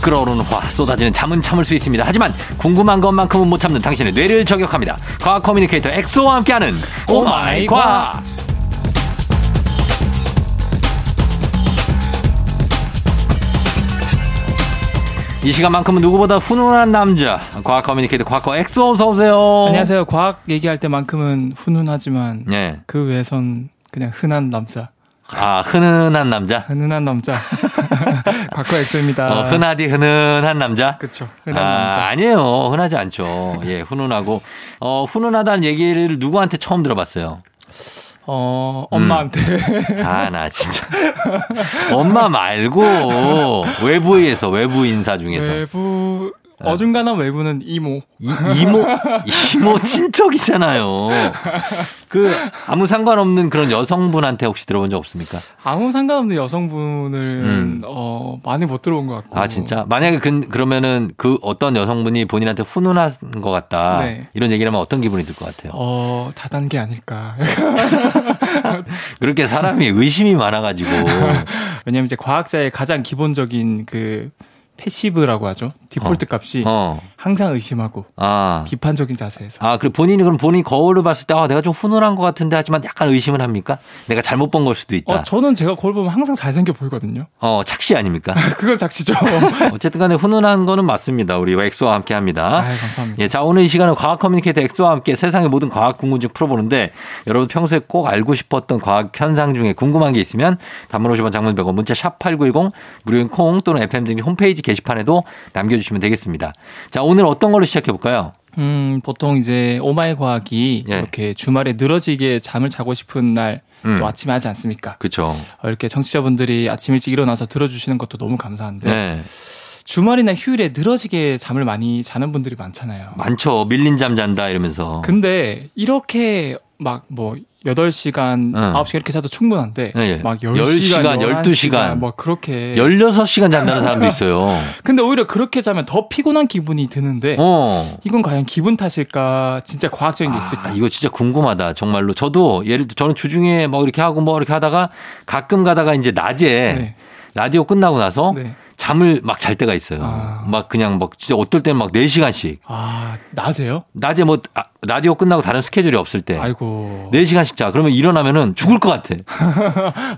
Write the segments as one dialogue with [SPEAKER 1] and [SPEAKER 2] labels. [SPEAKER 1] 끓어오르는 화 쏟아지는 잠은 참을 수 있습니다. 하지만 궁금한 것만큼은 못 참는 당신의 뇌를 저격합니다. 과학 커뮤니케이터 엑소와 함께하는 오마이 과학. 이 시간만큼은 누구보다 훈훈한 남자 과학 커뮤니케이터 과거 엑소 어서 오세요.
[SPEAKER 2] 안녕하세요. 과학 얘기할 때만큼은 훈훈하지만
[SPEAKER 1] 예.
[SPEAKER 2] 그 외선 그냥 흔한 남자.
[SPEAKER 1] 아 흔한 남자.
[SPEAKER 2] 흔한 남자. 과거 엑소입니다.
[SPEAKER 1] 어, 흔하디 흔한 남자.
[SPEAKER 2] 그쵸. 흔한
[SPEAKER 1] 아,
[SPEAKER 2] 남자.
[SPEAKER 1] 아니에요. 흔하지 않죠. 예, 훈훈하고. 어, 훈훈하다는 얘기를 누구한테 처음 들어봤어요? 음.
[SPEAKER 2] 어, 엄마한테.
[SPEAKER 1] 아, 나 진짜. 엄마 말고, 외부에서, 외부 인사
[SPEAKER 2] 네.
[SPEAKER 1] 중에서. 네.
[SPEAKER 2] 외부, 어중간한 외부는 이모.
[SPEAKER 1] 이, 이모, 이모 친척이잖아요. 그, 아무 상관없는 그런 여성분한테 혹시 들어본 적 없습니까?
[SPEAKER 2] 아무 상관없는 여성분을,
[SPEAKER 1] 음.
[SPEAKER 2] 어, 많이 못 들어본 것 같고.
[SPEAKER 1] 아, 진짜? 만약에 그, 그러면은 그 어떤 여성분이 본인한테 훈훈한 것 같다.
[SPEAKER 2] 네.
[SPEAKER 1] 이런 얘기를 하면 어떤 기분이 들 것 같아요?
[SPEAKER 2] 어, 다단계 아닐까.
[SPEAKER 1] 그렇게 사람이 의심이 많아가지고.
[SPEAKER 2] 왜냐면 이제 과학자의 가장 기본적인 그, 패시브라고 하죠. 디폴트 값이
[SPEAKER 1] 어.
[SPEAKER 2] 항상 의심하고
[SPEAKER 1] 아.
[SPEAKER 2] 비판적인 자세에서.
[SPEAKER 1] 아, 그리고 본인이 그럼 본인 거울을 봤을 때, 아, 내가 좀 훈훈한 것 같은데 하지만 약간 의심을 합니까? 내가 잘못 본 걸 수도 있다.
[SPEAKER 2] 어, 저는 제가 거울 보면 항상 잘생겨 보이거든요.
[SPEAKER 1] 어, 착시 아닙니까?
[SPEAKER 2] 그건 작시죠.
[SPEAKER 1] 어쨌든 간에 훈훈한 거는 맞습니다. 우리 엑소와 함께 합니다.
[SPEAKER 2] 아, 감사합니다.
[SPEAKER 1] 예, 자, 오늘 이 시간은 과학 커뮤니케이터 엑소와 함께 세상의 모든 과학 궁금증 풀어보는데 여러분 평소에 꼭 알고 싶었던 과학 현상 중에 궁금한 게 있으면 단문 50원 장문 100원 문자 샵8910 무료인 콩 또는 FM 등 홈페이지 게시판에도 남겨주시면 되겠습니다. 자, 오늘 어떤 걸로 시작해볼까요?
[SPEAKER 2] 음, 보통 이제 오마이 과학이
[SPEAKER 1] 예.
[SPEAKER 2] 이렇게 주말에 늘어지게 잠을 자고 싶은 날
[SPEAKER 1] 음.
[SPEAKER 2] 또 아침에 하지 않습니까?
[SPEAKER 1] 그쵸.
[SPEAKER 2] 어, 이렇게 청취자분들이 아침 일찍 일어나서 들어주시는 것도 너무 감사한데
[SPEAKER 1] 네.
[SPEAKER 2] 주말이나 휴일에 늘어지게 잠을 많이 자는 분들이 많잖아요.
[SPEAKER 1] 많죠. 밀린 잠 잔다 이러면서.
[SPEAKER 2] 근데 이렇게 막 뭐 8시간,
[SPEAKER 1] 응.
[SPEAKER 2] 9시간 이렇게 자도 충분한데
[SPEAKER 1] 예, 예.
[SPEAKER 2] 막
[SPEAKER 1] 10시간,
[SPEAKER 2] 10시간,
[SPEAKER 1] 12시간.
[SPEAKER 2] 뭐 그렇게
[SPEAKER 1] 16시간 잔다는 사람도 있어요.
[SPEAKER 2] 근데 오히려 그렇게 자면 더 피곤한 기분이 드는데
[SPEAKER 1] 어.
[SPEAKER 2] 이건 과연 기분 탓일까? 진짜 과학적인 네. 게 있을까?
[SPEAKER 1] 아, 이거 진짜 궁금하다. 정말로. 저도 예를 들어 저는 주중에 뭐 이렇게 하고 뭐 이렇게 하다가 가끔 가다가 이제 낮에
[SPEAKER 2] 네.
[SPEAKER 1] 라디오 끝나고 나서
[SPEAKER 2] 네.
[SPEAKER 1] 잠을 막 잘 때가 있어요.
[SPEAKER 2] 아.
[SPEAKER 1] 막 그냥 막 진짜 어떨 때는 막 4시간씩.
[SPEAKER 2] 아, 낮에요?
[SPEAKER 1] 낮에 뭐 아, 라디오 끝나고 다른 스케줄이 없을 때
[SPEAKER 2] 아이고.
[SPEAKER 1] 4시간씩 자. 그러면 일어나면은 죽을 것 같아.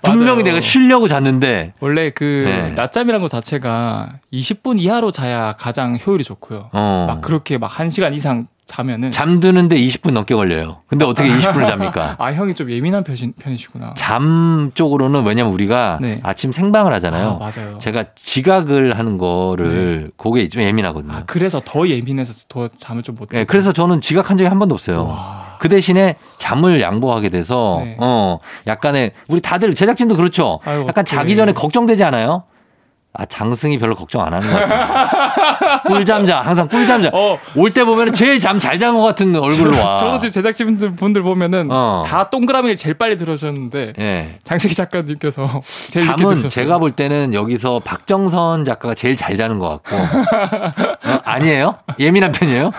[SPEAKER 1] 분명히
[SPEAKER 2] 맞아요.
[SPEAKER 1] 내가 쉬려고 잤는데
[SPEAKER 2] 원래 그
[SPEAKER 1] 네.
[SPEAKER 2] 낮잠이란 것 자체가 20분 이하로 자야 가장 효율이 좋고요.
[SPEAKER 1] 어.
[SPEAKER 2] 막 그렇게 막 1시간 이상 자면은
[SPEAKER 1] 잠드는데 20분 넘게 걸려요. 근데 어떻게 20분을 잡니까?
[SPEAKER 2] 아, 형이 좀 예민한 편이, 편이시구나.
[SPEAKER 1] 잠 쪽으로는 왜냐면 우리가
[SPEAKER 2] 네.
[SPEAKER 1] 아침 생방을
[SPEAKER 2] 아,
[SPEAKER 1] 하잖아요.
[SPEAKER 2] 맞아요. 네.
[SPEAKER 1] 제가 지각을 하는 거를 그게 좀 예민하거든요.
[SPEAKER 2] 아, 그래서 더 예민해서 더 잠을 좀 못. 아.
[SPEAKER 1] 예, 그래서 저는 지각한 적이 한 번도 없어요.
[SPEAKER 2] 와.
[SPEAKER 1] 그 대신에 잠을 양보하게 돼서
[SPEAKER 2] 네.
[SPEAKER 1] 어 약간의 우리 다들 제작진도 그렇죠.
[SPEAKER 2] 아유,
[SPEAKER 1] 약간
[SPEAKER 2] 어떡해.
[SPEAKER 1] 자기 전에 걱정되지 않아요? 아 장승이 별로 걱정 안 하는 것 같아요. 꿀잠자 항상 꿀잠자.
[SPEAKER 2] 어.
[SPEAKER 1] 올 때 보면 제일 잠 잘 잔 것 같은 얼굴로 와.
[SPEAKER 2] 저도 지금 제작진분들 분들 보면은
[SPEAKER 1] 어.
[SPEAKER 2] 다 동그라미를 제일 빨리 들으셨는데
[SPEAKER 1] 예.
[SPEAKER 2] 장세기 작가님께서 제일 늦게
[SPEAKER 1] 잠은
[SPEAKER 2] 들으셨어요.
[SPEAKER 1] 제가 볼 때는 여기서 박정선 작가가 제일 잘 자는 것 같고 어, 아니에요? 예민한 편이에요?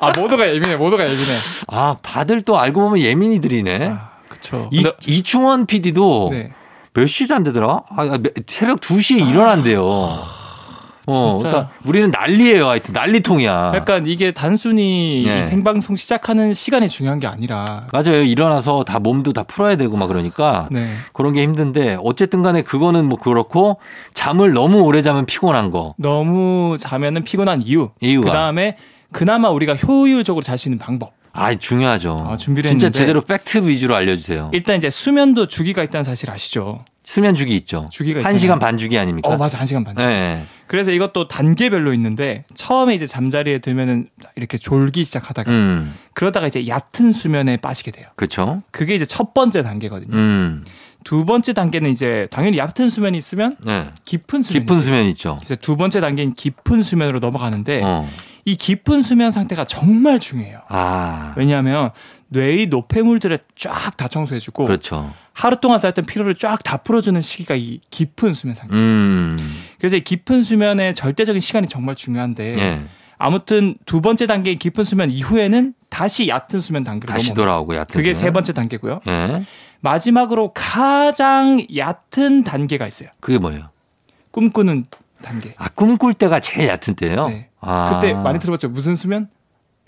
[SPEAKER 2] 아 모두가 예민해, 모두가 예민해.
[SPEAKER 1] 아 다들 또 알고 보면 예민이들이네.
[SPEAKER 2] 아, 그쵸.
[SPEAKER 1] 이,
[SPEAKER 2] 근데-
[SPEAKER 1] 이충원 PD도
[SPEAKER 2] 네.
[SPEAKER 1] 몇 시에 잔대더라? 아, 아, 매- 새벽 2시에 일어난대요. 어,
[SPEAKER 2] 아, 진짜. 그러니까
[SPEAKER 1] 그러니까 우리는 난리예요, 하여튼 난리통이야.
[SPEAKER 2] 약간 이게 단순히
[SPEAKER 1] 네.
[SPEAKER 2] 이 생방송 시작하는 시간이 중요한 게 아니라
[SPEAKER 1] 맞아요. 일어나서 다 몸도 다 풀어야 되고 막 그러니까
[SPEAKER 2] 네.
[SPEAKER 1] 그런 게 힘든데 어쨌든 간에 그거는 뭐 그렇고 잠을 너무 오래 자면 피곤한 거.
[SPEAKER 2] 너무 자면은 피곤한 이유.
[SPEAKER 1] 이유가
[SPEAKER 2] 그다음에 그나마 우리가 효율적으로 잘 수 있는 방법.
[SPEAKER 1] 아, 중요하죠.
[SPEAKER 2] 아, 준비를
[SPEAKER 1] 진짜
[SPEAKER 2] 했는데.
[SPEAKER 1] 제대로 팩트 위주로 알려주세요.
[SPEAKER 2] 일단 이제 수면도 주기가 있다는 사실 아시죠?
[SPEAKER 1] 수면 주기 있죠.
[SPEAKER 2] 주기가
[SPEAKER 1] 한
[SPEAKER 2] 있잖아요.
[SPEAKER 1] 시간 반 주기 아닙니까?
[SPEAKER 2] 어, 맞아. 1시간 반.
[SPEAKER 1] 네.
[SPEAKER 2] 그래서 이것도 단계별로 있는데 처음에 이제 잠자리에 들면은 이렇게 졸기 시작하다가
[SPEAKER 1] 음,
[SPEAKER 2] 그러다가 이제 얕은 수면에 빠지게 돼요.
[SPEAKER 1] 그렇죠.
[SPEAKER 2] 그게 이제 첫 번째 단계거든요.
[SPEAKER 1] 음,
[SPEAKER 2] 두 번째 단계는 이제 당연히 얕은 수면이 있으면
[SPEAKER 1] 네.
[SPEAKER 2] 깊은 수면.
[SPEAKER 1] 깊은 수면 있죠.
[SPEAKER 2] 이제 두 번째 단계인 깊은 수면으로 넘어가는데
[SPEAKER 1] 어.
[SPEAKER 2] 이 깊은 수면 상태가 정말 중요해요.
[SPEAKER 1] 아,
[SPEAKER 2] 왜냐하면 뇌의 노폐물들을 쫙 다 청소해주고
[SPEAKER 1] 그렇죠.
[SPEAKER 2] 하루 동안 쌓였던 피로를 쫙 다 풀어주는 시기가 이 깊은 수면 상태.
[SPEAKER 1] 음,
[SPEAKER 2] 그래서 이 깊은 수면의 절대적인 시간이 정말 중요한데
[SPEAKER 1] 예.
[SPEAKER 2] 아무튼 두 번째 단계인 깊은 수면 이후에는 다시 얕은 수면 단계로
[SPEAKER 1] 다시
[SPEAKER 2] 넘어.
[SPEAKER 1] 돌아오고 얕은
[SPEAKER 2] 뭐 그게 세
[SPEAKER 1] 수면.
[SPEAKER 2] 번째 단계고요.
[SPEAKER 1] 예.
[SPEAKER 2] 마지막으로 가장 얕은 단계가 있어요.
[SPEAKER 1] 그게 뭐예요?
[SPEAKER 2] 꿈꾸는 단계.
[SPEAKER 1] 아, 꿈꿀 때가 제일 얕은 때예요.
[SPEAKER 2] 네.
[SPEAKER 1] 아.
[SPEAKER 2] 그때 많이 들어봤죠. 무슨 수면?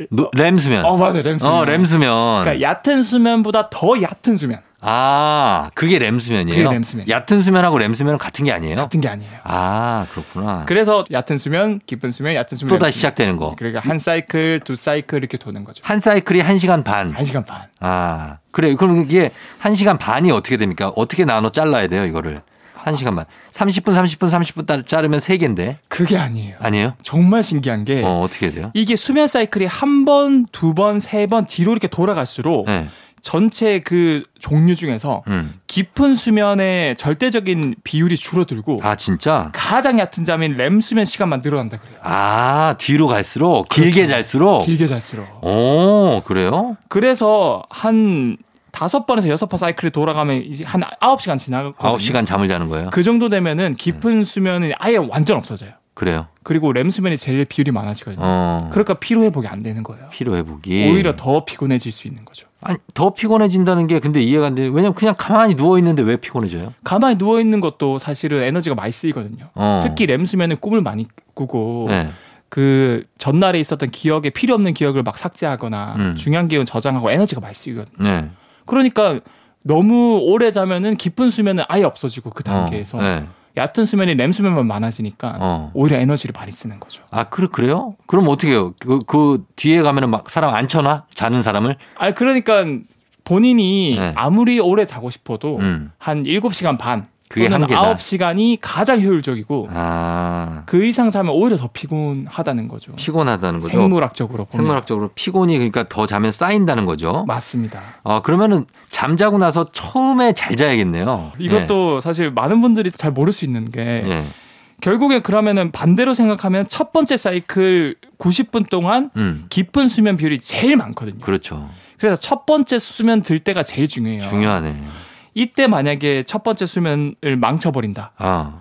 [SPEAKER 1] 노- 램수면.
[SPEAKER 2] 어 맞아요. 램 수면.
[SPEAKER 1] 어, 램수면.
[SPEAKER 2] 그러니까 얕은 수면보다 더 얕은 수면
[SPEAKER 1] 아, 그게 램수면이에요.
[SPEAKER 2] 그게 램수면.
[SPEAKER 1] 얕은 수면하고 램수면은 같은 게 아니에요?
[SPEAKER 2] 같은 게 아니에요.
[SPEAKER 1] 아, 그렇구나.
[SPEAKER 2] 그래서 얕은 수면, 깊은 수면, 얕은 수면.
[SPEAKER 1] 또
[SPEAKER 2] 얕은
[SPEAKER 1] 다시
[SPEAKER 2] 수면.
[SPEAKER 1] 시작되는 거.
[SPEAKER 2] 그러니까 한 사이클, 두 사이클 이렇게 도는 거죠.
[SPEAKER 1] 한 사이클이 한시간 반.
[SPEAKER 2] 한 시간 반.
[SPEAKER 1] 아, 그래요. 그럼 이게 한시간 반이 어떻게 됩니까? 어떻게 나눠 잘라야 돼요, 이거를? 한시간 반. 30분, 30분, 30분 따- 자르면 세개인데
[SPEAKER 2] 그게 아니에요.
[SPEAKER 1] 아니에요?
[SPEAKER 2] 정말 신기한 게
[SPEAKER 1] 어, 어떻게 해야 돼요?
[SPEAKER 2] 이게 수면 사이클이 한 번, 두 번, 세 번 뒤로 이렇게 돌아갈수록
[SPEAKER 1] 네.
[SPEAKER 2] 전체 그 종류 중에서
[SPEAKER 1] 음.
[SPEAKER 2] 깊은 수면의 절대적인 비율이 줄어들고
[SPEAKER 1] 아, 진짜?
[SPEAKER 2] 가장 얕은 잠인 렘 수면 시간만 늘어난다 그래요.
[SPEAKER 1] 아, 뒤로 갈수록, 길게
[SPEAKER 2] 그렇죠.
[SPEAKER 1] 잘수록.
[SPEAKER 2] 길게 잘수록.
[SPEAKER 1] 오, 그래요?
[SPEAKER 2] 그래서 한 다섯 번에서 여섯 번 사이클이 돌아가면 이제 한 아홉 시간 지나거든요.
[SPEAKER 1] 아홉 시간 음. 잠을 자는 거예요?
[SPEAKER 2] 그 정도 되면은 깊은 수면은 아예 완전 없어져요.
[SPEAKER 1] 그, 래요
[SPEAKER 2] 그리고 렘 수면이 제일 비율이 많아지거든요.
[SPEAKER 1] 어.
[SPEAKER 2] 그러니까 피로 회복이 안 되는 거예요.
[SPEAKER 1] 피로 회복이
[SPEAKER 2] 오히려 더 피곤해질 수 있는 거죠.
[SPEAKER 1] 아니, 더 피곤해진다는 게 근데 이해가 안 돼요. 왜냐면 그냥 가만히 누워 있는데 왜 피곤해져요?
[SPEAKER 2] 가만히 누워 있는 것도 사실은 에너지가 많이 쓰이거든요.
[SPEAKER 1] 어.
[SPEAKER 2] 특히 렘 수면은 꿈을 많이 꾸고
[SPEAKER 1] 네.
[SPEAKER 2] 그 전날에 있었던 기억에 필요 없는 기억을 막 삭제하거나
[SPEAKER 1] 음.
[SPEAKER 2] 중요한 기억은 저장하고 에너지가 많이 쓰이거든요.
[SPEAKER 1] 네.
[SPEAKER 2] 그러니까 너무 오래 자면은 깊은 수면은 아예 없어지고 그 단계에서
[SPEAKER 1] 어. 네.
[SPEAKER 2] 얕은 수면이 렘 수면만 많아지니까
[SPEAKER 1] 어.
[SPEAKER 2] 오히려 에너지를 많이 쓰는 거죠.
[SPEAKER 1] 아, 그래 그래요? 그럼 어떻게 해요? 그, 그 뒤에 가면은 막 사람 앉혀놔? 자는 사람을?
[SPEAKER 2] 아 그러니까 본인이
[SPEAKER 1] 네.
[SPEAKER 2] 아무리 오래 자고 싶어도
[SPEAKER 1] 음.
[SPEAKER 2] 한 7시간 반
[SPEAKER 1] 그게
[SPEAKER 2] 또는
[SPEAKER 1] 한계다.
[SPEAKER 2] 9시간이 가장 효율적이고
[SPEAKER 1] 아.
[SPEAKER 2] 그 이상 자면 오히려 더 피곤하다는 거죠.
[SPEAKER 1] 피곤하다는 거죠.
[SPEAKER 2] 생물학적으로 보면
[SPEAKER 1] 생물학적으로 피곤이 그러니까 더 자면 쌓인다는 거죠.
[SPEAKER 2] 맞습니다.
[SPEAKER 1] 어, 그러면은 잠자고 나서 처음에 잘 자야겠네요.
[SPEAKER 2] 이것도 사실 많은 분들이 잘 모를 수 있는
[SPEAKER 1] 예.
[SPEAKER 2] 게
[SPEAKER 1] 예.
[SPEAKER 2] 결국에 그러면은 반대로 생각하면 첫 번째 사이클 90분 동안
[SPEAKER 1] 음.
[SPEAKER 2] 깊은 수면 비율이 제일 많거든요.
[SPEAKER 1] 그렇죠.
[SPEAKER 2] 그래서 첫 번째 수면 들 때가 제일 중요해요.
[SPEAKER 1] 중요하네.
[SPEAKER 2] 이때 만약에 첫 번째 수면을 망쳐버린다.
[SPEAKER 1] 아.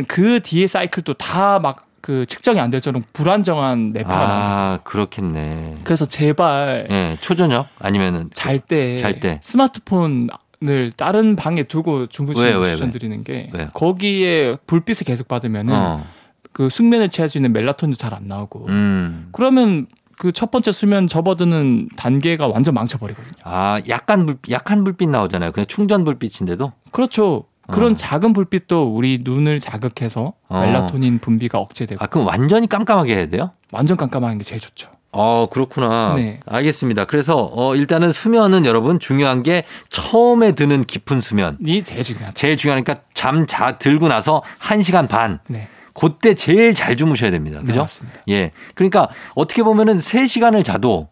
[SPEAKER 2] 그러면은 그 뒤에 사이클도 다 막 그 측정이 안 될 정도로 불안정한 내파가 나온다.
[SPEAKER 1] 아, 그렇겠네.
[SPEAKER 2] 그래서 제발
[SPEAKER 1] 예, 초저녁 아니면은
[SPEAKER 2] 잘 때
[SPEAKER 1] 잘 때.
[SPEAKER 2] 스마트폰을 다른 방에 두고
[SPEAKER 1] 왜, 왜,
[SPEAKER 2] 주무시는
[SPEAKER 1] 왜?
[SPEAKER 2] 걸 추천드리는 게
[SPEAKER 1] 왜요?
[SPEAKER 2] 거기에 불빛을 계속 받으면은
[SPEAKER 1] 어.
[SPEAKER 2] 그 숙면을 취할 수 있는 멜라토닌도 잘 안 나오고
[SPEAKER 1] 음.
[SPEAKER 2] 그러면 그 첫 번째 수면 접어드는 단계가 완전 망쳐버리거든요.
[SPEAKER 1] 아, 약간 불, 약한 불빛 나오잖아요. 그냥 충전 불빛인데도.
[SPEAKER 2] 그렇죠. 그런
[SPEAKER 1] 어.
[SPEAKER 2] 작은 불빛도 우리 눈을 자극해서
[SPEAKER 1] 어.
[SPEAKER 2] 멜라토닌 분비가 억제되고
[SPEAKER 1] 아, 그럼 완전히 깜깜하게 해야 돼요?
[SPEAKER 2] 완전 깜깜한 게 제일 좋죠.
[SPEAKER 1] 어, 그렇구나.
[SPEAKER 2] 네.
[SPEAKER 1] 알겠습니다. 그래서 어, 일단은 수면은 여러분 중요한 게 처음에 드는 깊은 수면.
[SPEAKER 2] 이 제일 중요하죠.
[SPEAKER 1] 제일 중요하니까 잠 자 들고 나서 1시간 반.
[SPEAKER 2] 네,
[SPEAKER 1] 그때 제일 잘 주무셔야 됩니다.
[SPEAKER 2] 네,
[SPEAKER 1] 그죠?
[SPEAKER 2] 맞습니다.
[SPEAKER 1] 예. 그러니까 어떻게 보면은 3시간을 자도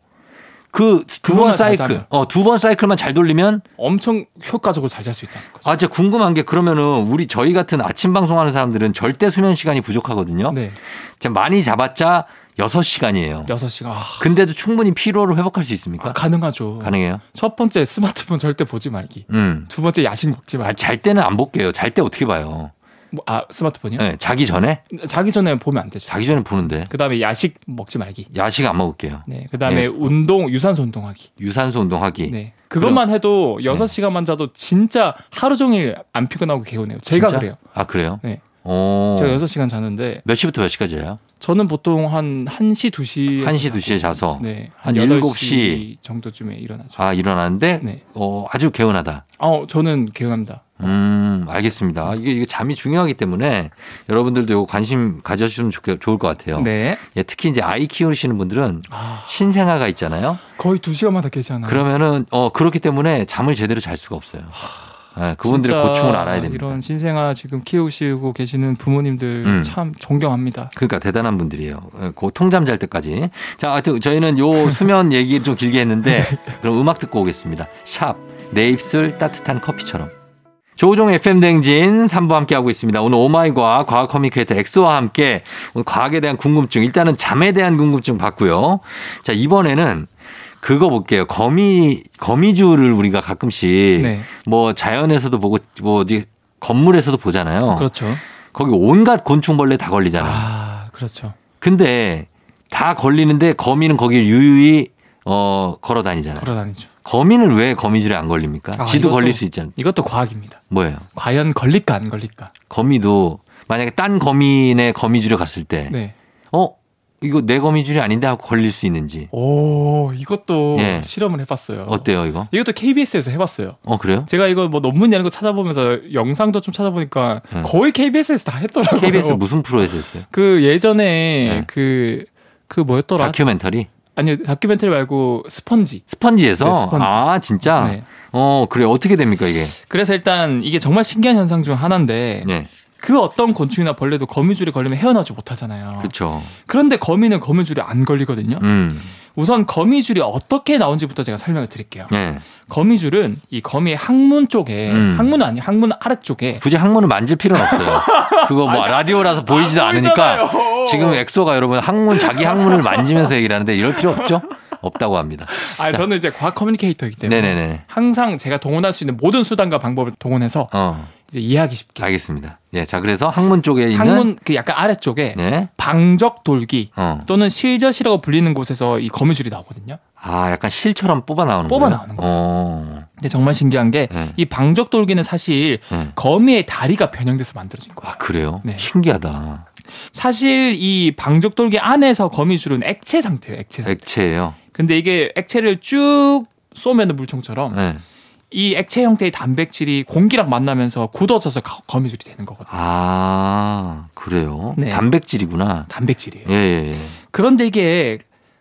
[SPEAKER 1] 그 두 번
[SPEAKER 2] 그거만
[SPEAKER 1] 사이클,
[SPEAKER 2] 잘 자면.
[SPEAKER 1] 어, 두 번 사이클만 잘 돌리면
[SPEAKER 2] 엄청 효과적으로 잘 잘 수 있다는 거죠.
[SPEAKER 1] 아, 진짜 궁금한 게 그러면은 우리 저희 같은 아침 방송하는 사람들은 절대 수면 시간이 부족하거든요.
[SPEAKER 2] 네,
[SPEAKER 1] 진짜 많이 잡았자 6시간이에요.
[SPEAKER 2] 여섯 시간 아,
[SPEAKER 1] 근데도 충분히 피로를 회복할 수 있습니까?
[SPEAKER 2] 아, 가능하죠.
[SPEAKER 1] 그러니까 가능해요?
[SPEAKER 2] 첫 번째 스마트폰 절대 보지 말기.
[SPEAKER 1] 음.
[SPEAKER 2] 두 번째 야식 먹지
[SPEAKER 1] 아,
[SPEAKER 2] 말기.
[SPEAKER 1] 잘 때는 안 볼게요. 잘 때 어떻게 봐요?
[SPEAKER 2] 뭐, 아 스마트폰이요?
[SPEAKER 1] 네, 자기 전에?
[SPEAKER 2] 자기 전에 보면 안 되죠.
[SPEAKER 1] 자기 전에 보는데.
[SPEAKER 2] 그다음에 야식 먹지 말기.
[SPEAKER 1] 야식 안 먹을게요.
[SPEAKER 2] 네, 그다음에
[SPEAKER 1] 예.
[SPEAKER 2] 운동 유산소 운동하기.
[SPEAKER 1] 유산소 운동하기.
[SPEAKER 2] 네. 그것만 해도
[SPEAKER 1] 네.
[SPEAKER 2] 6시간만 자도 진짜 하루 종일 안 피곤하고 개운해요. 제가
[SPEAKER 1] 진짜?
[SPEAKER 2] 그래요.
[SPEAKER 1] 아, 그래요?
[SPEAKER 2] 네.
[SPEAKER 1] 어.
[SPEAKER 2] 제가 6시간 자는데
[SPEAKER 1] 몇 시부터 몇 시까지 자요?
[SPEAKER 2] 저는 보통 한 1시, 2시.
[SPEAKER 1] 1시, 2시에 자서.
[SPEAKER 2] 네.
[SPEAKER 1] 한
[SPEAKER 2] 한
[SPEAKER 1] 7시
[SPEAKER 2] 8시 정도쯤에 일어나죠.
[SPEAKER 1] 아, 일어나는데
[SPEAKER 2] 네.
[SPEAKER 1] 어, 아주 개운하다.
[SPEAKER 2] 아, 어, 저는 개운합니다.
[SPEAKER 1] 음, 알겠습니다. 이게, 이게 잠이 중요하기 때문에 여러분들도 이거 관심 가져주시면 좋, 좋을 것 같아요.
[SPEAKER 2] 네.
[SPEAKER 1] 예, 특히 이제 아이 키우시는 분들은
[SPEAKER 2] 아,
[SPEAKER 1] 신생아가 있잖아요.
[SPEAKER 2] 거의 2시간마다 깨잖아요.
[SPEAKER 1] 그러면은 어 그렇기 때문에 잠을 제대로 잘 수가 없어요. 예, 그분들의
[SPEAKER 2] 진짜
[SPEAKER 1] 고충을 알아야 됩니다.
[SPEAKER 2] 이런 신생아 지금 키우시고 계시는 부모님들
[SPEAKER 1] 음.
[SPEAKER 2] 참 존경합니다.
[SPEAKER 1] 그러니까 대단한 분들이에요. 예, 그 통잠 잘 때까지. 자, 하여튼 저희는 요 수면 얘기 좀 길게 했는데 그럼 음악 듣고 오겠습니다. 샵 내 입술 따뜻한 커피처럼. 조종 FM 댕진 3부 함께하고 있습니다. 오늘 오마이과 과학 커뮤니케이터 엑소와 함께 오늘 과학에 대한 궁금증, 일단은 잠에 대한 궁금증 봤고요. 자, 이번에는 그거 볼게요. 거미, 거미줄을 우리가 가끔씩
[SPEAKER 2] 네.
[SPEAKER 1] 뭐 자연에서도 보고 뭐 어디 건물에서도 보잖아요.
[SPEAKER 2] 그렇죠.
[SPEAKER 1] 거기 온갖 곤충벌레 다 어. 걸리잖아요.
[SPEAKER 2] 아, 그렇죠.
[SPEAKER 1] 근데 다 걸리는데 거미는 거기 유유히 어 걸어 다니잖아요.
[SPEAKER 2] 돌아다니죠.
[SPEAKER 1] 거미는 왜 거미줄에 안 걸립니까?
[SPEAKER 2] 아,
[SPEAKER 1] 지도
[SPEAKER 2] 이것도-
[SPEAKER 1] 걸릴 수 있잖아요.
[SPEAKER 2] 이것도 과학입니다.
[SPEAKER 1] 뭐예요?
[SPEAKER 2] 과연 걸릴까 안 걸릴까?
[SPEAKER 1] 거미도 만약에 딴 거민의 거미줄에 갔을 때,
[SPEAKER 2] 네.
[SPEAKER 1] 어 이거 내 거미줄이 아닌데 하고 걸릴 수 있는지
[SPEAKER 2] 오, 이것도
[SPEAKER 1] 예.
[SPEAKER 2] 실험을 해봤어요.
[SPEAKER 1] 어때요 이거?
[SPEAKER 2] 이것도 KBS에서 해봤어요.
[SPEAKER 1] 어 그래요?
[SPEAKER 2] 제가 이거 뭐 논문이 아니고 찾아보면서 영상도 좀 찾아보니까
[SPEAKER 1] 음.
[SPEAKER 2] 거의 KBS에서 다 했더라고요.
[SPEAKER 1] KBS 무슨 프로에서 했어요?
[SPEAKER 2] 그 예전에
[SPEAKER 1] 네.
[SPEAKER 2] 그, 그 뭐였더라?
[SPEAKER 1] 다큐멘터리?
[SPEAKER 2] 아니, 다큐멘터리 말고 스펀지.
[SPEAKER 1] 스펀지에서?
[SPEAKER 2] 네, 스펀지.
[SPEAKER 1] 아 진짜?
[SPEAKER 2] 네.
[SPEAKER 1] 어 그래 어떻게 됩니까 이게?
[SPEAKER 2] 그래서 일단 이게 정말 신기한 현상 중 하나인데
[SPEAKER 1] 네,
[SPEAKER 2] 그 어떤 곤충이나 벌레도 거미줄에 걸리면 헤어나지 못하잖아요.
[SPEAKER 1] 그렇죠.
[SPEAKER 2] 그런데 거미는 거미줄에 안 걸리거든요.
[SPEAKER 1] 음,
[SPEAKER 2] 우선 거미줄이 어떻게 나온지부터 제가 설명을 드릴게요.
[SPEAKER 1] 네.
[SPEAKER 2] 거미줄은 이 거미의 항문 쪽에
[SPEAKER 1] 음.
[SPEAKER 2] 항문은 아니 항문 아래쪽에
[SPEAKER 1] 굳이 항문을 만질 필요는 없어요. 그거 뭐 라디오라서 보이지도
[SPEAKER 2] 아, 안
[SPEAKER 1] 않으니까
[SPEAKER 2] 보이잖아요.
[SPEAKER 1] 지금 엑소가 여러분 항문 자기 항문을 만지면서 얘기를 하는데 이럴 필요 없죠? 없다고 합니다.
[SPEAKER 2] 아 저는 이제 과학 커뮤니케이터이기 때문에
[SPEAKER 1] 네네네.
[SPEAKER 2] 항상 제가 동원할 수 있는 모든 수단과 방법을 동원해서
[SPEAKER 1] 어
[SPEAKER 2] 이제 이해하기 쉽게
[SPEAKER 1] 알겠습니다. 예, 자 그래서 항문 쪽에 있는
[SPEAKER 2] 항문 그 약간 아래쪽에
[SPEAKER 1] 네,
[SPEAKER 2] 방적 돌기
[SPEAKER 1] 어,
[SPEAKER 2] 또는 실젖이라고 불리는 곳에서 이 거미줄이 나오거든요.
[SPEAKER 1] 아 약간 실처럼 뽑아 나오는
[SPEAKER 2] 뽑아
[SPEAKER 1] 거예요?
[SPEAKER 2] 나오는
[SPEAKER 1] 어,
[SPEAKER 2] 근데 정말 신기한 게
[SPEAKER 1] 네.
[SPEAKER 2] 이 방적 돌기는 사실
[SPEAKER 1] 네.
[SPEAKER 2] 거미의 다리가 변형돼서 만들어진 거예요.
[SPEAKER 1] 아 그래요?
[SPEAKER 2] 네.
[SPEAKER 1] 신기하다.
[SPEAKER 2] 사실 이 방적 돌기 안에서 거미줄은 액체 상태예요. 액체 상태.
[SPEAKER 1] 액체예요.
[SPEAKER 2] 근데 이게 액체를 쭉 쏘면 물총처럼
[SPEAKER 1] 네.
[SPEAKER 2] 이 액체 형태의 단백질이 공기랑 만나면서 굳어져서 거- 거미줄이 되는 거거든요.
[SPEAKER 1] 아 그래요?
[SPEAKER 2] 네.
[SPEAKER 1] 단백질이구나.
[SPEAKER 2] 단백질이에요.
[SPEAKER 1] 예, 예, 예.
[SPEAKER 2] 그런데 이게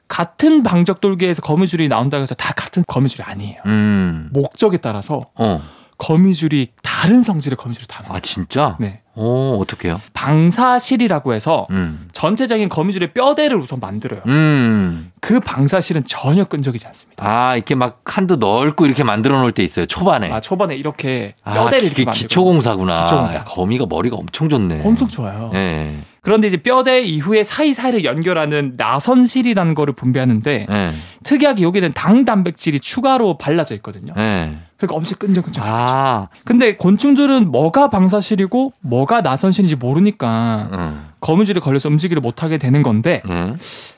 [SPEAKER 2] 같은 방적 돌기에서 거미줄이 나온다고 해서 다 같은 거미줄이 아니에요.
[SPEAKER 1] 음.
[SPEAKER 2] 목적에 따라서
[SPEAKER 1] 어.
[SPEAKER 2] 거미줄이 다른 성질의 거미줄이 담아요.
[SPEAKER 1] 아 진짜?
[SPEAKER 2] 네.
[SPEAKER 1] 오 어떻게요?
[SPEAKER 2] 방사실이라고 해서
[SPEAKER 1] 음.
[SPEAKER 2] 전체적인 거미줄의 뼈대를 우선 만들어요.
[SPEAKER 1] 음.
[SPEAKER 2] 그 방사실은 전혀 끈적이지 않습니다.
[SPEAKER 1] 아 이렇게 막 칸도 넓고 이렇게 만들어 놓을 때 있어요. 초반에.
[SPEAKER 2] 아, 초반에 이렇게
[SPEAKER 1] 네. 아, 그게
[SPEAKER 2] 뼈대를 이렇게 만들고
[SPEAKER 1] 기초공사구나.
[SPEAKER 2] 기초공사.
[SPEAKER 1] 야, 거미가 머리가 엄청 좋네.
[SPEAKER 2] 엄청 좋아요.
[SPEAKER 1] 예.
[SPEAKER 2] 그런데 이제 뼈대 이후에 사이사이를 연결하는 나선실이라는 거를 분비하는데
[SPEAKER 1] 예.
[SPEAKER 2] 특이하게 여기는 당 단백질이 추가로 발라져 있거든요.
[SPEAKER 1] 예.
[SPEAKER 2] 그러니까 엄청 끈적끈적.
[SPEAKER 1] 아.
[SPEAKER 2] 근데 곤충들은 뭐가 방사실이고 뭐가 나선실인지 모르니까
[SPEAKER 1] 응.
[SPEAKER 2] 거미줄에 걸려서 움직이를 못하게 되는 건데
[SPEAKER 1] 응.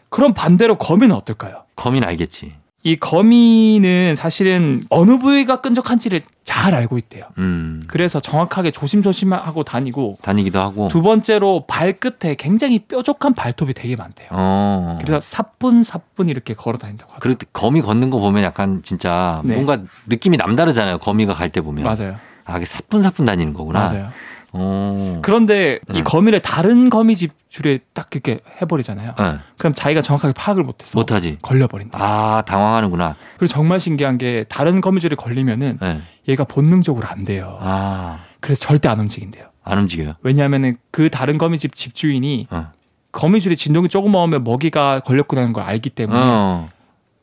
[SPEAKER 2] 그럼 반대로 거미는 어떨까요?
[SPEAKER 1] 거미는 알겠지.
[SPEAKER 2] 이 거미는 사실은 어느 부위가 끈적한지를 잘 알고 있대요.
[SPEAKER 1] 음.
[SPEAKER 2] 그래서 정확하게 조심조심하고 다니고
[SPEAKER 1] 다니기도 하고.
[SPEAKER 2] 두 번째로 발끝에 굉장히 뾰족한 발톱이 되게 많대요.
[SPEAKER 1] 어.
[SPEAKER 2] 그래서 사뿐사뿐 이렇게 걸어 다닌다고 하더라고요.
[SPEAKER 1] 그렇 거미 걷는 거 보면 약간 진짜
[SPEAKER 2] 네.
[SPEAKER 1] 뭔가 느낌이 남다르잖아요. 거미가 갈 때 보면.
[SPEAKER 2] 맞아요.
[SPEAKER 1] 아, 이게 사뿐사뿐 다니는 거구나.
[SPEAKER 2] 맞아요.
[SPEAKER 1] 어.
[SPEAKER 2] 그런데 이
[SPEAKER 1] 음.
[SPEAKER 2] 거미를 다른 거미 집 줄에 딱 이렇게 해버리잖아요.
[SPEAKER 1] 예.
[SPEAKER 2] 그럼 자기가 정확하게 파악을 못해서
[SPEAKER 1] 못하지.
[SPEAKER 2] 걸려버린다.
[SPEAKER 1] 아, 당황하는구나.
[SPEAKER 2] 그리고 정말 신기한 게 다른 거미줄에 걸리면은
[SPEAKER 1] 예.
[SPEAKER 2] 얘가 본능적으로 안 돼요.
[SPEAKER 1] 아,
[SPEAKER 2] 그래서 절대 안 움직인대요.
[SPEAKER 1] 안 움직여요.
[SPEAKER 2] 왜냐하면은 그 다른 거미집 집주인이
[SPEAKER 1] 어.
[SPEAKER 2] 거미줄에 진동이 조금만 오면 먹이가 걸렸구나 하는 걸 알기 때문에
[SPEAKER 1] 어,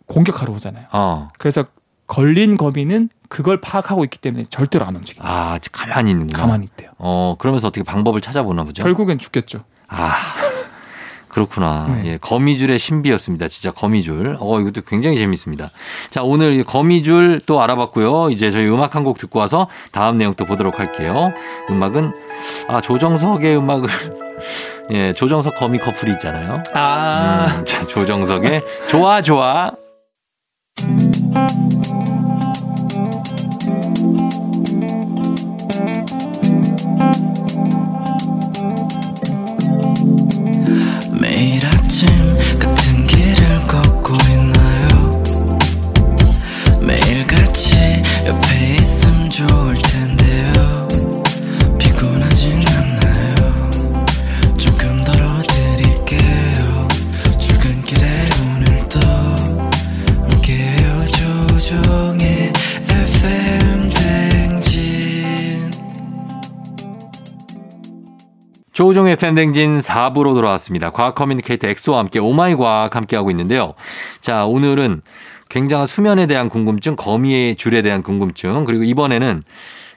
[SPEAKER 2] 공격하러 오잖아요.
[SPEAKER 1] 어.
[SPEAKER 2] 그래서 걸린 거미는 그걸 파악하고 있기 때문에 절대로 안 움직여요.
[SPEAKER 1] 아, 이제 가만히 있는구나.
[SPEAKER 2] 가만히 있대요.
[SPEAKER 1] 어, 그러면서 어떻게 방법을 찾아보나 보죠.
[SPEAKER 2] 결국엔 죽겠죠.
[SPEAKER 1] 아, 그렇구나.
[SPEAKER 2] 네.
[SPEAKER 1] 예, 거미줄의 신비였습니다. 진짜 거미줄. 어, 이것도 굉장히 재밌습니다. 자, 오늘 이 거미줄 또 알아봤고요. 이제 저희 음악 한 곡 듣고 와서 다음 내용 또 보도록 할게요. 음악은, 아, 조정석의 음악을. 예, 조정석 거미 커플이 있잖아요.
[SPEAKER 2] 아,
[SPEAKER 1] 음, 자, 조정석의 좋아, 좋아.
[SPEAKER 3] 매일 아침 같은 길을 걷고 있나요 매일 같이 옆에 있음 좋을 텐데요 피곤하진 않나요 조금 덜어드릴게요 출근길에 오늘도 함께해요 조종의 FM 댕진
[SPEAKER 1] 조우종의 팬댕진 4부로 돌아왔습니다. 과학 커뮤니케이터 엑소와 함께 오마이 과학 함께하고 있는데요. 자, 오늘은 굉장한 수면에 대한 궁금증, 거미의 줄에 대한 궁금증, 그리고 이번에는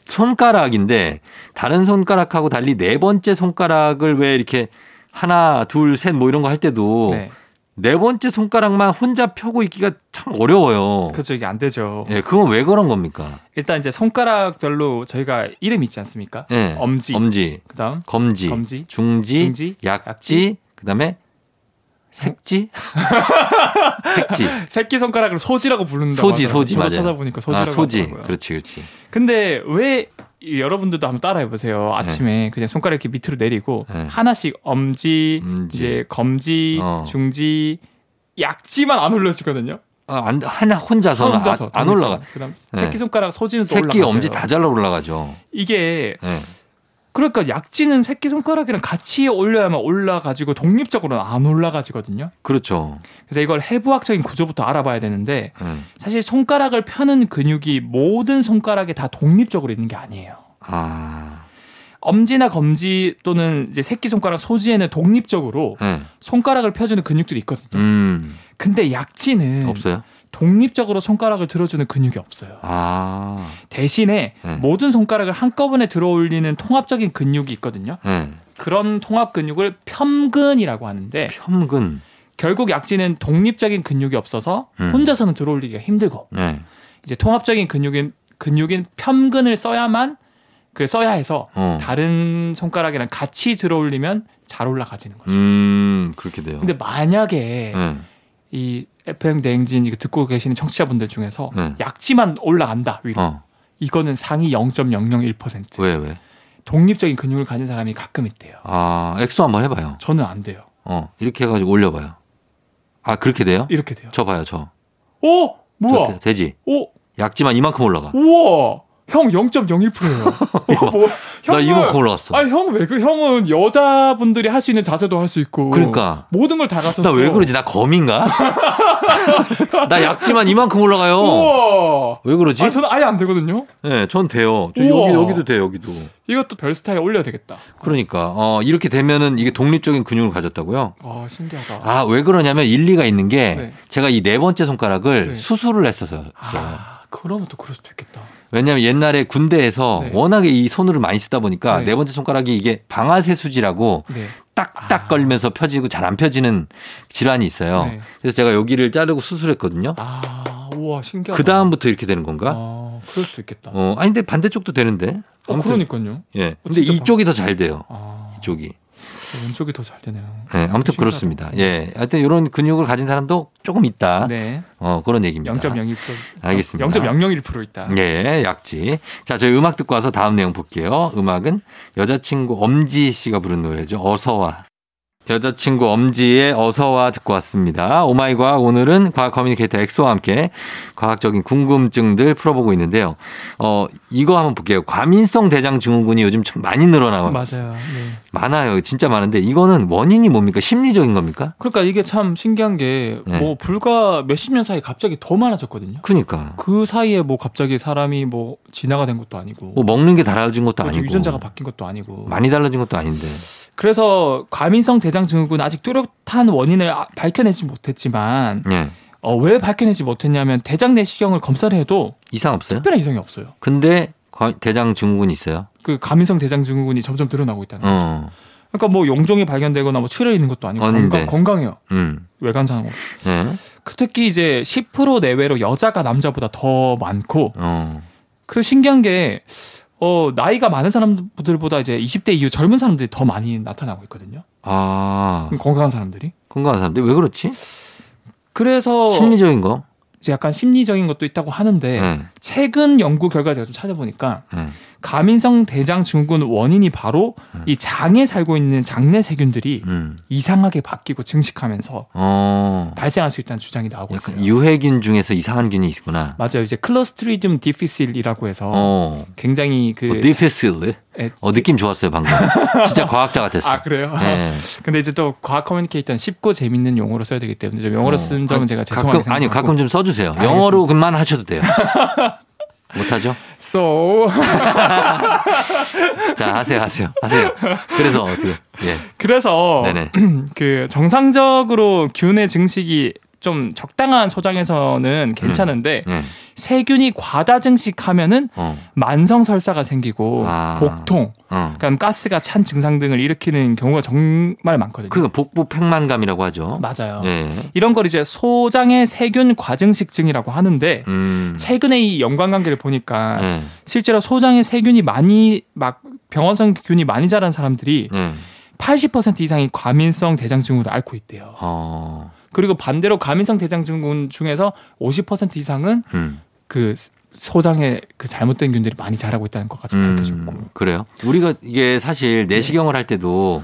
[SPEAKER 1] 손가락인데 다른 손가락하고 달리 네 번째 손가락을 왜 이렇게 하나, 둘, 셋 뭐 이런 거 할 때도 네.
[SPEAKER 2] 네.
[SPEAKER 1] 번째 손가락만 혼자 펴고 있기가 참 어려워요.
[SPEAKER 2] 그죠 이게 안 되죠.
[SPEAKER 1] 예, 그건 왜 그런 겁니까?
[SPEAKER 2] 일단 이제 손가락별로 저희가 이름이 있지 않습니까?
[SPEAKER 1] 예.
[SPEAKER 2] 엄지.
[SPEAKER 1] 엄지,
[SPEAKER 2] 그다음
[SPEAKER 1] 검지,
[SPEAKER 2] 검지,
[SPEAKER 1] 중지,
[SPEAKER 2] 중지,
[SPEAKER 1] 약지,
[SPEAKER 2] 약지,
[SPEAKER 1] 그다음에 색지, 색지,
[SPEAKER 2] 새끼 손가락을 소지라고 부른다.
[SPEAKER 1] 소지,
[SPEAKER 2] 고
[SPEAKER 1] 소지,
[SPEAKER 2] 저도
[SPEAKER 1] 맞아요.
[SPEAKER 2] 찾아보니까 소지라고
[SPEAKER 1] 아 소지,
[SPEAKER 2] 하더라고요.
[SPEAKER 1] 그렇지, 그렇지.
[SPEAKER 2] 근데 왜 여러분들도 한번 따라해 보세요. 아침에 그냥 손가락 이렇게 밑으로 내리고
[SPEAKER 1] 네.
[SPEAKER 2] 하나씩 엄지,
[SPEAKER 1] 엄지.
[SPEAKER 2] 이제 검지,
[SPEAKER 1] 어.
[SPEAKER 2] 중지, 약지만 안 올려지거든요.
[SPEAKER 1] 아, 안, 하나 혼자서는 아-
[SPEAKER 2] 혼자서
[SPEAKER 1] 안 올라가.
[SPEAKER 2] 그다음
[SPEAKER 1] 네.
[SPEAKER 2] 새끼 손가락 소지는 또
[SPEAKER 1] 새끼
[SPEAKER 2] 올라가죠. 예.
[SPEAKER 1] 엄지 다 잘라 올라가죠.
[SPEAKER 2] 이게
[SPEAKER 1] 네.
[SPEAKER 2] 그러니까 약지는 새끼 손가락이랑 같이 올려야만 올라가지고 독립적으로는 안 올라가지거든요.
[SPEAKER 1] 그렇죠.
[SPEAKER 2] 그래서 이걸 해부학적인 구조부터 알아봐야 되는데
[SPEAKER 1] 네.
[SPEAKER 2] 사실 손가락을 펴는 근육이 모든 손가락에 다 독립적으로 있는 게 아니에요.
[SPEAKER 1] 아,
[SPEAKER 2] 엄지나 검지 또는 이제 새끼손가락 소지에는 독립적으로
[SPEAKER 1] 네.
[SPEAKER 2] 손가락을 펴주는 근육들이 있거든요.
[SPEAKER 1] 음,
[SPEAKER 2] 근데 약지는
[SPEAKER 1] 없어요?
[SPEAKER 2] 독립적으로 손가락을 들어주는 근육이 없어요.
[SPEAKER 1] 아,
[SPEAKER 2] 대신에
[SPEAKER 1] 네.
[SPEAKER 2] 모든 손가락을 한꺼번에 들어올리는 통합적인 근육이 있거든요.
[SPEAKER 1] 네.
[SPEAKER 2] 그런 통합 근육을 폄근이라고 하는데
[SPEAKER 1] 편근.
[SPEAKER 2] 결국 약지는 독립적인 근육이 없어서
[SPEAKER 1] 음.
[SPEAKER 2] 혼자서는 들어올리기가 힘들고
[SPEAKER 1] 네.
[SPEAKER 2] 이제 통합적인 근육인 근육인 폄근을 써야만 그 써야 해서
[SPEAKER 1] 어.
[SPEAKER 2] 다른 손가락이랑 같이 들어올리면 잘 올라가지는 거죠.
[SPEAKER 1] 음, 그렇게 돼요.
[SPEAKER 2] 근데 만약에
[SPEAKER 1] 네.
[SPEAKER 2] 이 FM 대행진 이거 듣고 계시는 청취자분들 중에서
[SPEAKER 1] 네.
[SPEAKER 2] 약지만 올라간다 위로
[SPEAKER 1] 어,
[SPEAKER 2] 이거는 상위 0.001%
[SPEAKER 1] 왜, 왜?
[SPEAKER 2] 독립적인 근육을 가진 사람이 가끔 있대요.
[SPEAKER 1] 아, 액수 한번 해봐요.
[SPEAKER 2] 저는 안 돼요.
[SPEAKER 1] 어, 이렇게 해가지고 올려봐요. 아, 그렇게 돼요?
[SPEAKER 2] 이렇게 돼요.
[SPEAKER 1] 저 봐요, 저.
[SPEAKER 2] 오
[SPEAKER 1] 저
[SPEAKER 2] 뭐야?
[SPEAKER 1] 되- 되지?
[SPEAKER 2] 오
[SPEAKER 1] 약지만 이만큼 올라가.
[SPEAKER 2] 우와 형 0.01%예요. 뭐,
[SPEAKER 1] 나 이만큼 올라갔어.
[SPEAKER 2] 아니 형왜그 형은 여자분들이 할 수 있는 자세도 할 수 있고
[SPEAKER 1] 그러니까.
[SPEAKER 2] 모든 걸 다 갖췄어.
[SPEAKER 1] 나 왜 그러지? 나 검인가? 나 약지만 이만큼 올라가요.
[SPEAKER 2] 우와.
[SPEAKER 1] 왜 그러지?
[SPEAKER 2] 아 저는 아예 안 되거든요.
[SPEAKER 1] 네, 전 돼요. 저
[SPEAKER 2] 우와.
[SPEAKER 1] 여기, 여기도 돼요, 여기도.
[SPEAKER 2] 이것도 별스타에 올려야 되겠다.
[SPEAKER 1] 그러니까, 어, 이렇게 되면은 이게 독립적인 근육을 가졌다고요?
[SPEAKER 2] 아 신기하다.
[SPEAKER 1] 아, 왜 그러냐면 일리가 있는 게
[SPEAKER 2] 네.
[SPEAKER 1] 제가 이 네 번째 손가락을
[SPEAKER 2] 네.
[SPEAKER 1] 수술을 했었어요.
[SPEAKER 2] 아, 그러면 또 그럴 수도 있겠다.
[SPEAKER 1] 왜냐면 옛날에 군대에서
[SPEAKER 2] 네.
[SPEAKER 1] 워낙에 이 손으로 많이 쓰다 보니까
[SPEAKER 2] 네.
[SPEAKER 1] 네, 번째 손가락이 이게 방아쇠수지라고
[SPEAKER 2] 네.
[SPEAKER 1] 딱딱
[SPEAKER 2] 아.
[SPEAKER 1] 걸면서 펴지고 잘 안 펴지는 질환이 있어요.
[SPEAKER 2] 네.
[SPEAKER 1] 그래서 제가 여기를 자르고 수술했거든요.
[SPEAKER 2] 아 우와 신기하다.
[SPEAKER 1] 그 다음부터 이렇게 되는 건가?
[SPEAKER 2] 아 그럴 수도 있겠다. 어,
[SPEAKER 1] 어, 아니 근데 반대쪽도 되는데. 아무튼
[SPEAKER 2] 그러니까요. 어,
[SPEAKER 1] 예. 근데
[SPEAKER 2] 진짜
[SPEAKER 1] 이쪽이 더 잘 돼요.
[SPEAKER 2] 아
[SPEAKER 1] 이쪽이.
[SPEAKER 2] 왼쪽이 더 잘 되네요.
[SPEAKER 1] 예, 아무튼
[SPEAKER 2] 신기하다.
[SPEAKER 1] 그렇습니다. 예. 하여튼 이런 근육을 가진 사람도 조금 있다.
[SPEAKER 2] 네.
[SPEAKER 1] 어, 그런 얘기입니다.
[SPEAKER 2] 0.01%
[SPEAKER 1] 알겠습니다.
[SPEAKER 2] 0.001% 있다.
[SPEAKER 1] 예, 약지. 자, 저희 음악 듣고 와서 다음 내용 볼게요. 음악은 여자친구 엄지 씨가 부른 노래죠. 어서와. 여자친구 엄지의 어서와 듣고 왔습니다. 오마이 과학 오늘은 과학 커뮤니케이터 엑소와 함께 과학적인 궁금증들 풀어보고 있는데요. 어, 이거 한번 볼게요. 과민성 대장 증후군이 요즘 참 많이 늘어나고
[SPEAKER 2] 맞아요. 네.
[SPEAKER 1] 많아요. 진짜 많은데 이거는 원인이 뭡니까? 심리적인 겁니까?
[SPEAKER 2] 그러니까 이게 참 신기한 게 뭐
[SPEAKER 1] 네.
[SPEAKER 2] 불과 몇십 년 사이 에 갑자기 더 많아졌거든요.
[SPEAKER 1] 그러니까.
[SPEAKER 2] 그 사이에 뭐 갑자기 사람이 뭐 진화가 된 것도 아니고
[SPEAKER 1] 뭐 먹는 게 달라진 것도
[SPEAKER 2] 뭐
[SPEAKER 1] 아니고
[SPEAKER 2] 유전자가 바뀐 것도 아니고
[SPEAKER 1] 많이 달라진 것도 아닌데.
[SPEAKER 2] 그래서 과민성 대장 증후군 아직 뚜렷한 원인을 아- 밝혀내지 못했지만
[SPEAKER 1] 예.
[SPEAKER 2] 어, 왜 밝혀내지 못했냐면 대장 내시경을 검사를 해도
[SPEAKER 1] 이상 없어요?
[SPEAKER 2] 특별한 이상이 없어요.
[SPEAKER 1] 근데 과- 대장 증후군이 있어요.
[SPEAKER 2] 그 과민성 대장 증후군이 점점 늘어나고 있다는 거예요.
[SPEAKER 1] 어,
[SPEAKER 2] 그러니까 뭐 용종이 발견되거나 뭐 출혈 있는 것도 아니고
[SPEAKER 1] 아닌데.
[SPEAKER 2] 건강, 해요
[SPEAKER 1] 음,
[SPEAKER 2] 외관상으로.
[SPEAKER 1] 예,
[SPEAKER 2] 그 특히 이제 10% 내외로 여자가 남자보다 더 많고
[SPEAKER 1] 어,
[SPEAKER 2] 그리고 신기한 게 어, 나이가 많은 사람들보다 이제 20대 이후 젊은 사람들이 더 많이 나타나고 있거든요.
[SPEAKER 1] 아,
[SPEAKER 2] 건강한 사람들이.
[SPEAKER 1] 건강한 사람들 왜 그렇지?
[SPEAKER 2] 그래서
[SPEAKER 1] 심리적인 거.
[SPEAKER 2] 이제 약간 심리적인 것도 있다고 하는데
[SPEAKER 1] 예,
[SPEAKER 2] 최근 연구 결과 제가 좀 찾아보니까
[SPEAKER 1] 예.
[SPEAKER 2] 가민성 대장 증후군 원인이 바로
[SPEAKER 1] 음.
[SPEAKER 2] 이 장에 살고 있는 장내 세균들이
[SPEAKER 1] 음,
[SPEAKER 2] 이상하게 바뀌고 증식하면서
[SPEAKER 1] 어,
[SPEAKER 2] 발생할 수 있다는 주장이 나오고 있어요.
[SPEAKER 1] 약간 유해균 중에서 이상한 균이 있구나.
[SPEAKER 2] 맞아요. 이제 클로스트리디움 디피실이라고 해서
[SPEAKER 1] 어,
[SPEAKER 2] 굉장히 그
[SPEAKER 1] 어, 디피실.
[SPEAKER 2] 예.
[SPEAKER 1] 어, 느낌 좋았어요 방금. 진짜 과학자 같았어.
[SPEAKER 2] 아 그래요.
[SPEAKER 1] 예.
[SPEAKER 2] 근데 이제 또 과학 커뮤니케이터는 쉽고 재밌는 용어로 써야 되기 때문에 좀 영어로
[SPEAKER 1] 어,
[SPEAKER 2] 쓴 점은
[SPEAKER 1] 아니,
[SPEAKER 2] 제가 죄송하게
[SPEAKER 1] 가끔
[SPEAKER 2] 생각하고.
[SPEAKER 1] 아니요 가끔 좀 써주세요.
[SPEAKER 2] 알겠습니다.
[SPEAKER 1] 영어로만 하셔도 돼요. 못하죠?
[SPEAKER 2] So
[SPEAKER 1] 자 하세요 하세요 하세요. 그래서 어떻게? 예,
[SPEAKER 2] 그래서
[SPEAKER 1] 네네.
[SPEAKER 2] 그 정상적으로 균의 증식이 좀 적당한 소장에서는 괜찮은데
[SPEAKER 1] 예.
[SPEAKER 2] 세균이 과다 증식하면은
[SPEAKER 1] 어,
[SPEAKER 2] 만성 설사가 생기고
[SPEAKER 1] 아.
[SPEAKER 2] 복통,
[SPEAKER 1] 어.
[SPEAKER 2] 그러니까 가스가 찬 증상 등을 일으키는 경우가 정말 많거든요.
[SPEAKER 1] 그러니까 복부 팽만감이라고 하죠.
[SPEAKER 2] 맞아요.
[SPEAKER 1] 예.
[SPEAKER 2] 이런 걸 이제 소장의 세균 과증식증이라고 하는데
[SPEAKER 1] 음.
[SPEAKER 2] 최근에 이 연관관계를 보니까
[SPEAKER 1] 예.
[SPEAKER 2] 실제로 소장의 세균이 많이 막 병원성 균이 많이 자란 사람들이
[SPEAKER 1] 예.
[SPEAKER 2] 80% 이상이 과민성 대장증후군을 앓고 있대요.
[SPEAKER 1] 어.
[SPEAKER 2] 그리고 반대로 과민성 대장증후군 중에서 50% 이상은
[SPEAKER 1] 음.
[SPEAKER 2] 그 소장의 그 잘못된 균들이 많이 자라고 있다는 것까지 밝혀졌고 네.
[SPEAKER 1] 음, 그래요? 우리가 이게 사실 내시경을 할 때도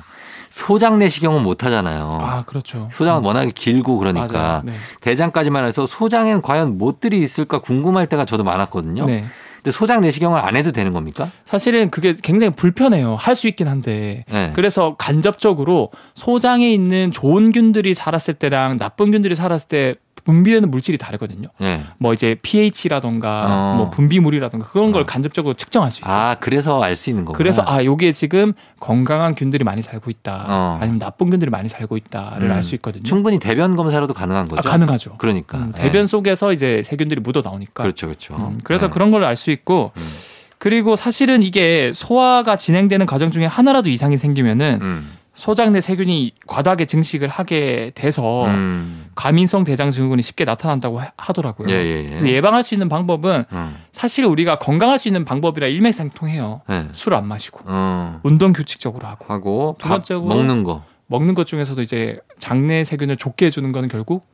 [SPEAKER 1] 소장 내시경은 못 하잖아요.
[SPEAKER 2] 아 그렇죠.
[SPEAKER 1] 소장은 워낙에 길고 그러니까
[SPEAKER 2] 맞아요. 네.
[SPEAKER 1] 대장까지만 해서 소장엔 과연 못들이 있을까 궁금할 때가 저도 많았거든요.
[SPEAKER 2] 네.
[SPEAKER 1] 근데 소장 내시경을 안 해도 되는 겁니까?
[SPEAKER 2] 사실은 그게 굉장히 불편해요. 할 수 있긴 한데.
[SPEAKER 1] 네.
[SPEAKER 2] 그래서 간접적으로 소장에 있는 좋은 균들이 살았을 때랑 나쁜 균들이 살았을 때 분비되는 물질이 다르거든요.
[SPEAKER 1] 네.
[SPEAKER 2] 뭐 이제 pH라던가
[SPEAKER 1] 어.
[SPEAKER 2] 뭐 분비물이라던가 그런 걸
[SPEAKER 1] 어.
[SPEAKER 2] 간접적으로 측정할 수 있어요.
[SPEAKER 1] 아 그래서 알 수 있는 거구나.
[SPEAKER 2] 그래서 아 요게 지금 건강한 균들이 많이 살고 있다.
[SPEAKER 1] 어.
[SPEAKER 2] 아니면 나쁜 균들이 많이 살고 있다를
[SPEAKER 1] 음.
[SPEAKER 2] 알 수 있거든요.
[SPEAKER 1] 충분히 대변 검사로도 가능한
[SPEAKER 2] 아,
[SPEAKER 1] 거죠.
[SPEAKER 2] 가능하죠.
[SPEAKER 1] 그러니까
[SPEAKER 2] 음,
[SPEAKER 1] 네.
[SPEAKER 2] 대변 속에서 이제 세균들이 묻어 나오니까.
[SPEAKER 1] 그렇죠, 그렇죠.
[SPEAKER 2] 음, 그래서
[SPEAKER 1] 네.
[SPEAKER 2] 그런 걸 알 수 있고
[SPEAKER 1] 음.
[SPEAKER 2] 그리고 사실은 이게 소화가 진행되는 과정 중에 하나라도 이상이 생기면은
[SPEAKER 1] 음.
[SPEAKER 2] 소장 내 세균이 과다하게 증식을 하게 돼서
[SPEAKER 1] 음.
[SPEAKER 2] 과민성 대장 증후군이 쉽게 나타난다고 하- 하더라고요.
[SPEAKER 1] 예, 예, 예.
[SPEAKER 2] 그래서 예방할 수 있는 방법은
[SPEAKER 1] 음.
[SPEAKER 2] 사실 우리가 건강할 수 있는 방법이라 일맥상통해요.
[SPEAKER 1] 네.
[SPEAKER 2] 술 안 마시고
[SPEAKER 1] 어.
[SPEAKER 2] 운동 규칙적으로 하고
[SPEAKER 1] 하고
[SPEAKER 2] 두
[SPEAKER 1] 밥
[SPEAKER 2] 번째고-
[SPEAKER 1] 먹는 거
[SPEAKER 2] 먹는 것 중에서도 이제 장내 세균을 좁게 해주는 거는 결국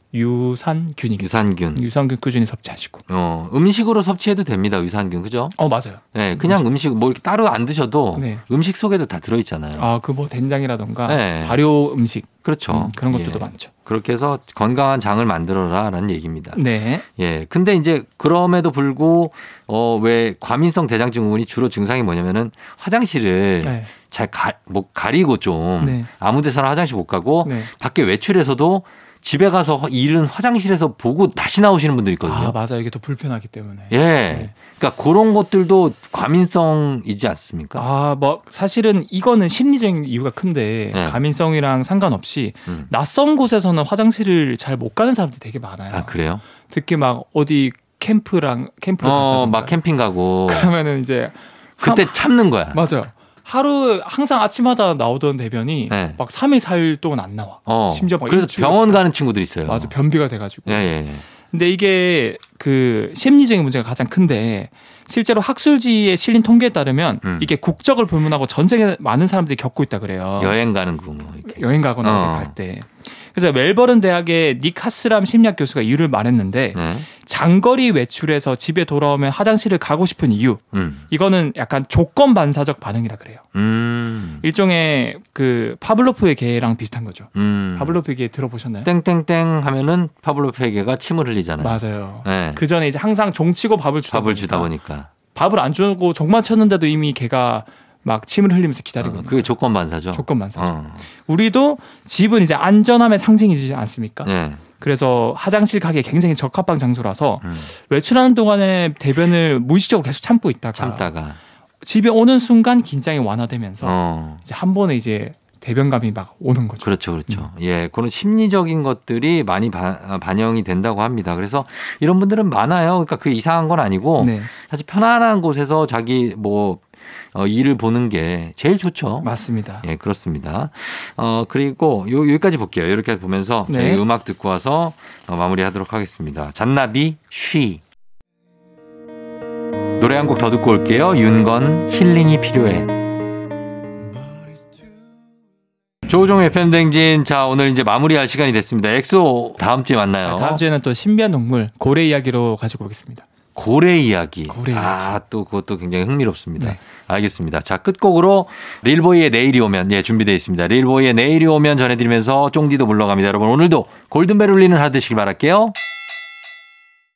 [SPEAKER 2] 유산균이겠죠.
[SPEAKER 1] 유산균.
[SPEAKER 2] 유산균 꾸준히 섭취하시고.
[SPEAKER 1] 어, 음식으로 섭취해도 됩니다. 유산균 그죠?
[SPEAKER 2] 어 맞아요.
[SPEAKER 1] 네, 그냥 음식 뭐 이렇게 따로 안 드셔도
[SPEAKER 2] 네.
[SPEAKER 1] 음식 속에도 다 들어있잖아요.
[SPEAKER 2] 아 그 뭐 된장이라던가
[SPEAKER 1] 네.
[SPEAKER 2] 발효 음식
[SPEAKER 1] 그렇죠.
[SPEAKER 2] 아, 음, 그런 것들도
[SPEAKER 1] 예.
[SPEAKER 2] 많죠.
[SPEAKER 1] 그렇게 해서 건강한 장을 만들어라라는 얘기입니다.
[SPEAKER 2] 네.
[SPEAKER 1] 예. 근데 이제 그럼에도 불구 어, 왜 과민성 대장증후군이 주로 증상이 뭐냐면은 화장실을
[SPEAKER 2] 네.
[SPEAKER 1] 잘 가, 뭐 가리고 좀
[SPEAKER 2] 네.
[SPEAKER 1] 아무 데서나 화장실 못 가고
[SPEAKER 2] 네.
[SPEAKER 1] 밖에 외출해서도 집에 가서 허- 일은 화장실에서 보고 다시 나오시는 분들
[SPEAKER 2] 아
[SPEAKER 1] 있거든요.
[SPEAKER 2] 맞아요. 이게 더 불편하기 때문에.
[SPEAKER 1] 예.
[SPEAKER 2] 네.
[SPEAKER 1] 그러니까 그런 것들도 과민성이지 않습니까?
[SPEAKER 2] 아, 뭐 사실은 이거는 심리적인 이유가 큰데
[SPEAKER 1] 네.
[SPEAKER 2] 가민성이랑 상관없이
[SPEAKER 1] 음.
[SPEAKER 2] 낯선 곳에서는 화장실을 잘 못 가는 사람들이 되게 많아요.
[SPEAKER 1] 아, 그래요?
[SPEAKER 2] 특히 막 어디 캠프랑 캠프를
[SPEAKER 1] 어,
[SPEAKER 2] 갔다던가
[SPEAKER 1] 막 캠핑 가고
[SPEAKER 2] 그러면은 이제 하-
[SPEAKER 1] 그때 참는 거야.
[SPEAKER 2] 맞아요. 하루 항상 아침마다 나오던 대변이
[SPEAKER 1] 네.
[SPEAKER 2] 막 3일 4일 동안 안 나와.
[SPEAKER 1] 어.
[SPEAKER 2] 심지어 막
[SPEAKER 1] 그래서
[SPEAKER 2] 일주일
[SPEAKER 1] 병원
[SPEAKER 2] 지나-
[SPEAKER 1] 가는 친구들 있어요.
[SPEAKER 2] 맞아. 변비가 돼 가지고.
[SPEAKER 1] 예, 예. 예.
[SPEAKER 2] 근데 이게 그 심리적인 문제가 가장 큰데 실제로 학술지에 실린 통계에 따르면
[SPEAKER 1] 음.
[SPEAKER 2] 이게 국적을 불문하고 전 세계 많은 사람들이 겪고 있다 그래요.
[SPEAKER 1] 여행 가는 거 뭐. 이렇게.
[SPEAKER 2] 어. 여행 가거나
[SPEAKER 1] 어.
[SPEAKER 2] 어디 갈 때. 그래서 멜버른 대학의 닉 하스람 심리학 교수가 이유를 말했는데
[SPEAKER 1] 네.
[SPEAKER 2] 장거리 외출에서 집에 돌아오면 화장실을 가고 싶은 이유
[SPEAKER 1] 음.
[SPEAKER 2] 이거는 약간 조건 반사적 반응이라 그래요.
[SPEAKER 1] 음.
[SPEAKER 2] 일종의 그 파블로프의 개랑 비슷한 거죠.
[SPEAKER 1] 음.
[SPEAKER 2] 파블로프의 개 들어보셨나요?
[SPEAKER 1] 땡땡땡 하면은 파블로프의 개가 침을 흘리잖아요.
[SPEAKER 2] 맞아요.
[SPEAKER 1] 예.
[SPEAKER 2] 그 전에 이제 항상 종치고 밥을 주다
[SPEAKER 1] 밥을
[SPEAKER 2] 보니까
[SPEAKER 1] 주다 보니까
[SPEAKER 2] 밥을 안 주고 종만 쳤는데도 이미 개가 막 침을 흘리면서 기다리고
[SPEAKER 1] 어,
[SPEAKER 2] 있는
[SPEAKER 1] 그게 조건 반사죠.
[SPEAKER 2] 거예요. 조건 반사죠.
[SPEAKER 1] 어.
[SPEAKER 2] 우리도 집은 이제 안전함의 상징이지 않습니까?
[SPEAKER 1] 예.
[SPEAKER 2] 그래서 화장실 가기 굉장히 적합한 장소라서
[SPEAKER 1] 음.
[SPEAKER 2] 외출하는 동안에 대변을 무의식적으로 계속 참고 있다가
[SPEAKER 1] 참다가
[SPEAKER 2] 집에 오는 순간 긴장이 완화되면서
[SPEAKER 1] 어.
[SPEAKER 2] 이제 한 번에 이제 대변감이 막 오는 거죠.
[SPEAKER 1] 그렇죠, 그렇죠.
[SPEAKER 2] 음.
[SPEAKER 1] 예, 그런 심리적인 것들이 많이 바- 아, 반영이 된다고 합니다. 그래서 이런 분들은 많아요. 그러니까 그게 이상한 건 아니고
[SPEAKER 2] 네,
[SPEAKER 1] 사실 편안한 곳에서 자기 뭐 어, 일을 보는 게 제일 좋죠.
[SPEAKER 2] 맞습니다.
[SPEAKER 1] 예, 그렇습니다. 어, 그리고 요, 여기까지 볼게요. 이렇게 보면서
[SPEAKER 2] 네.
[SPEAKER 1] 저희 음악 듣고 와서 어, 마무리하도록 하겠습니다. 잔나비 쉬. 노래 한 곡 더 듣고 올게요. 윤건 힐링이 필요해. 조종의 팬댕진 자 오늘 이제 마무리할 시간이 됐습니다. 엑소 다음 주에 만나요.
[SPEAKER 2] 아, 다음 주에는 또 신비한 동물 고래 이야기로 가지고 오겠습니다.
[SPEAKER 1] 고래 이야기.
[SPEAKER 2] 고래
[SPEAKER 1] 아, 또 그것도 굉장히 흥미롭습니다.
[SPEAKER 2] 네.
[SPEAKER 1] 알겠습니다. 자, 끝곡으로 릴보이의 내일이 오면 예, 준비되어 있습니다. 릴보이의 내일이 오면 전해 드리면서 쫑디도 물러갑니다. 여러분 오늘도 골든벨 울리는 하루 되시길 바랄게요.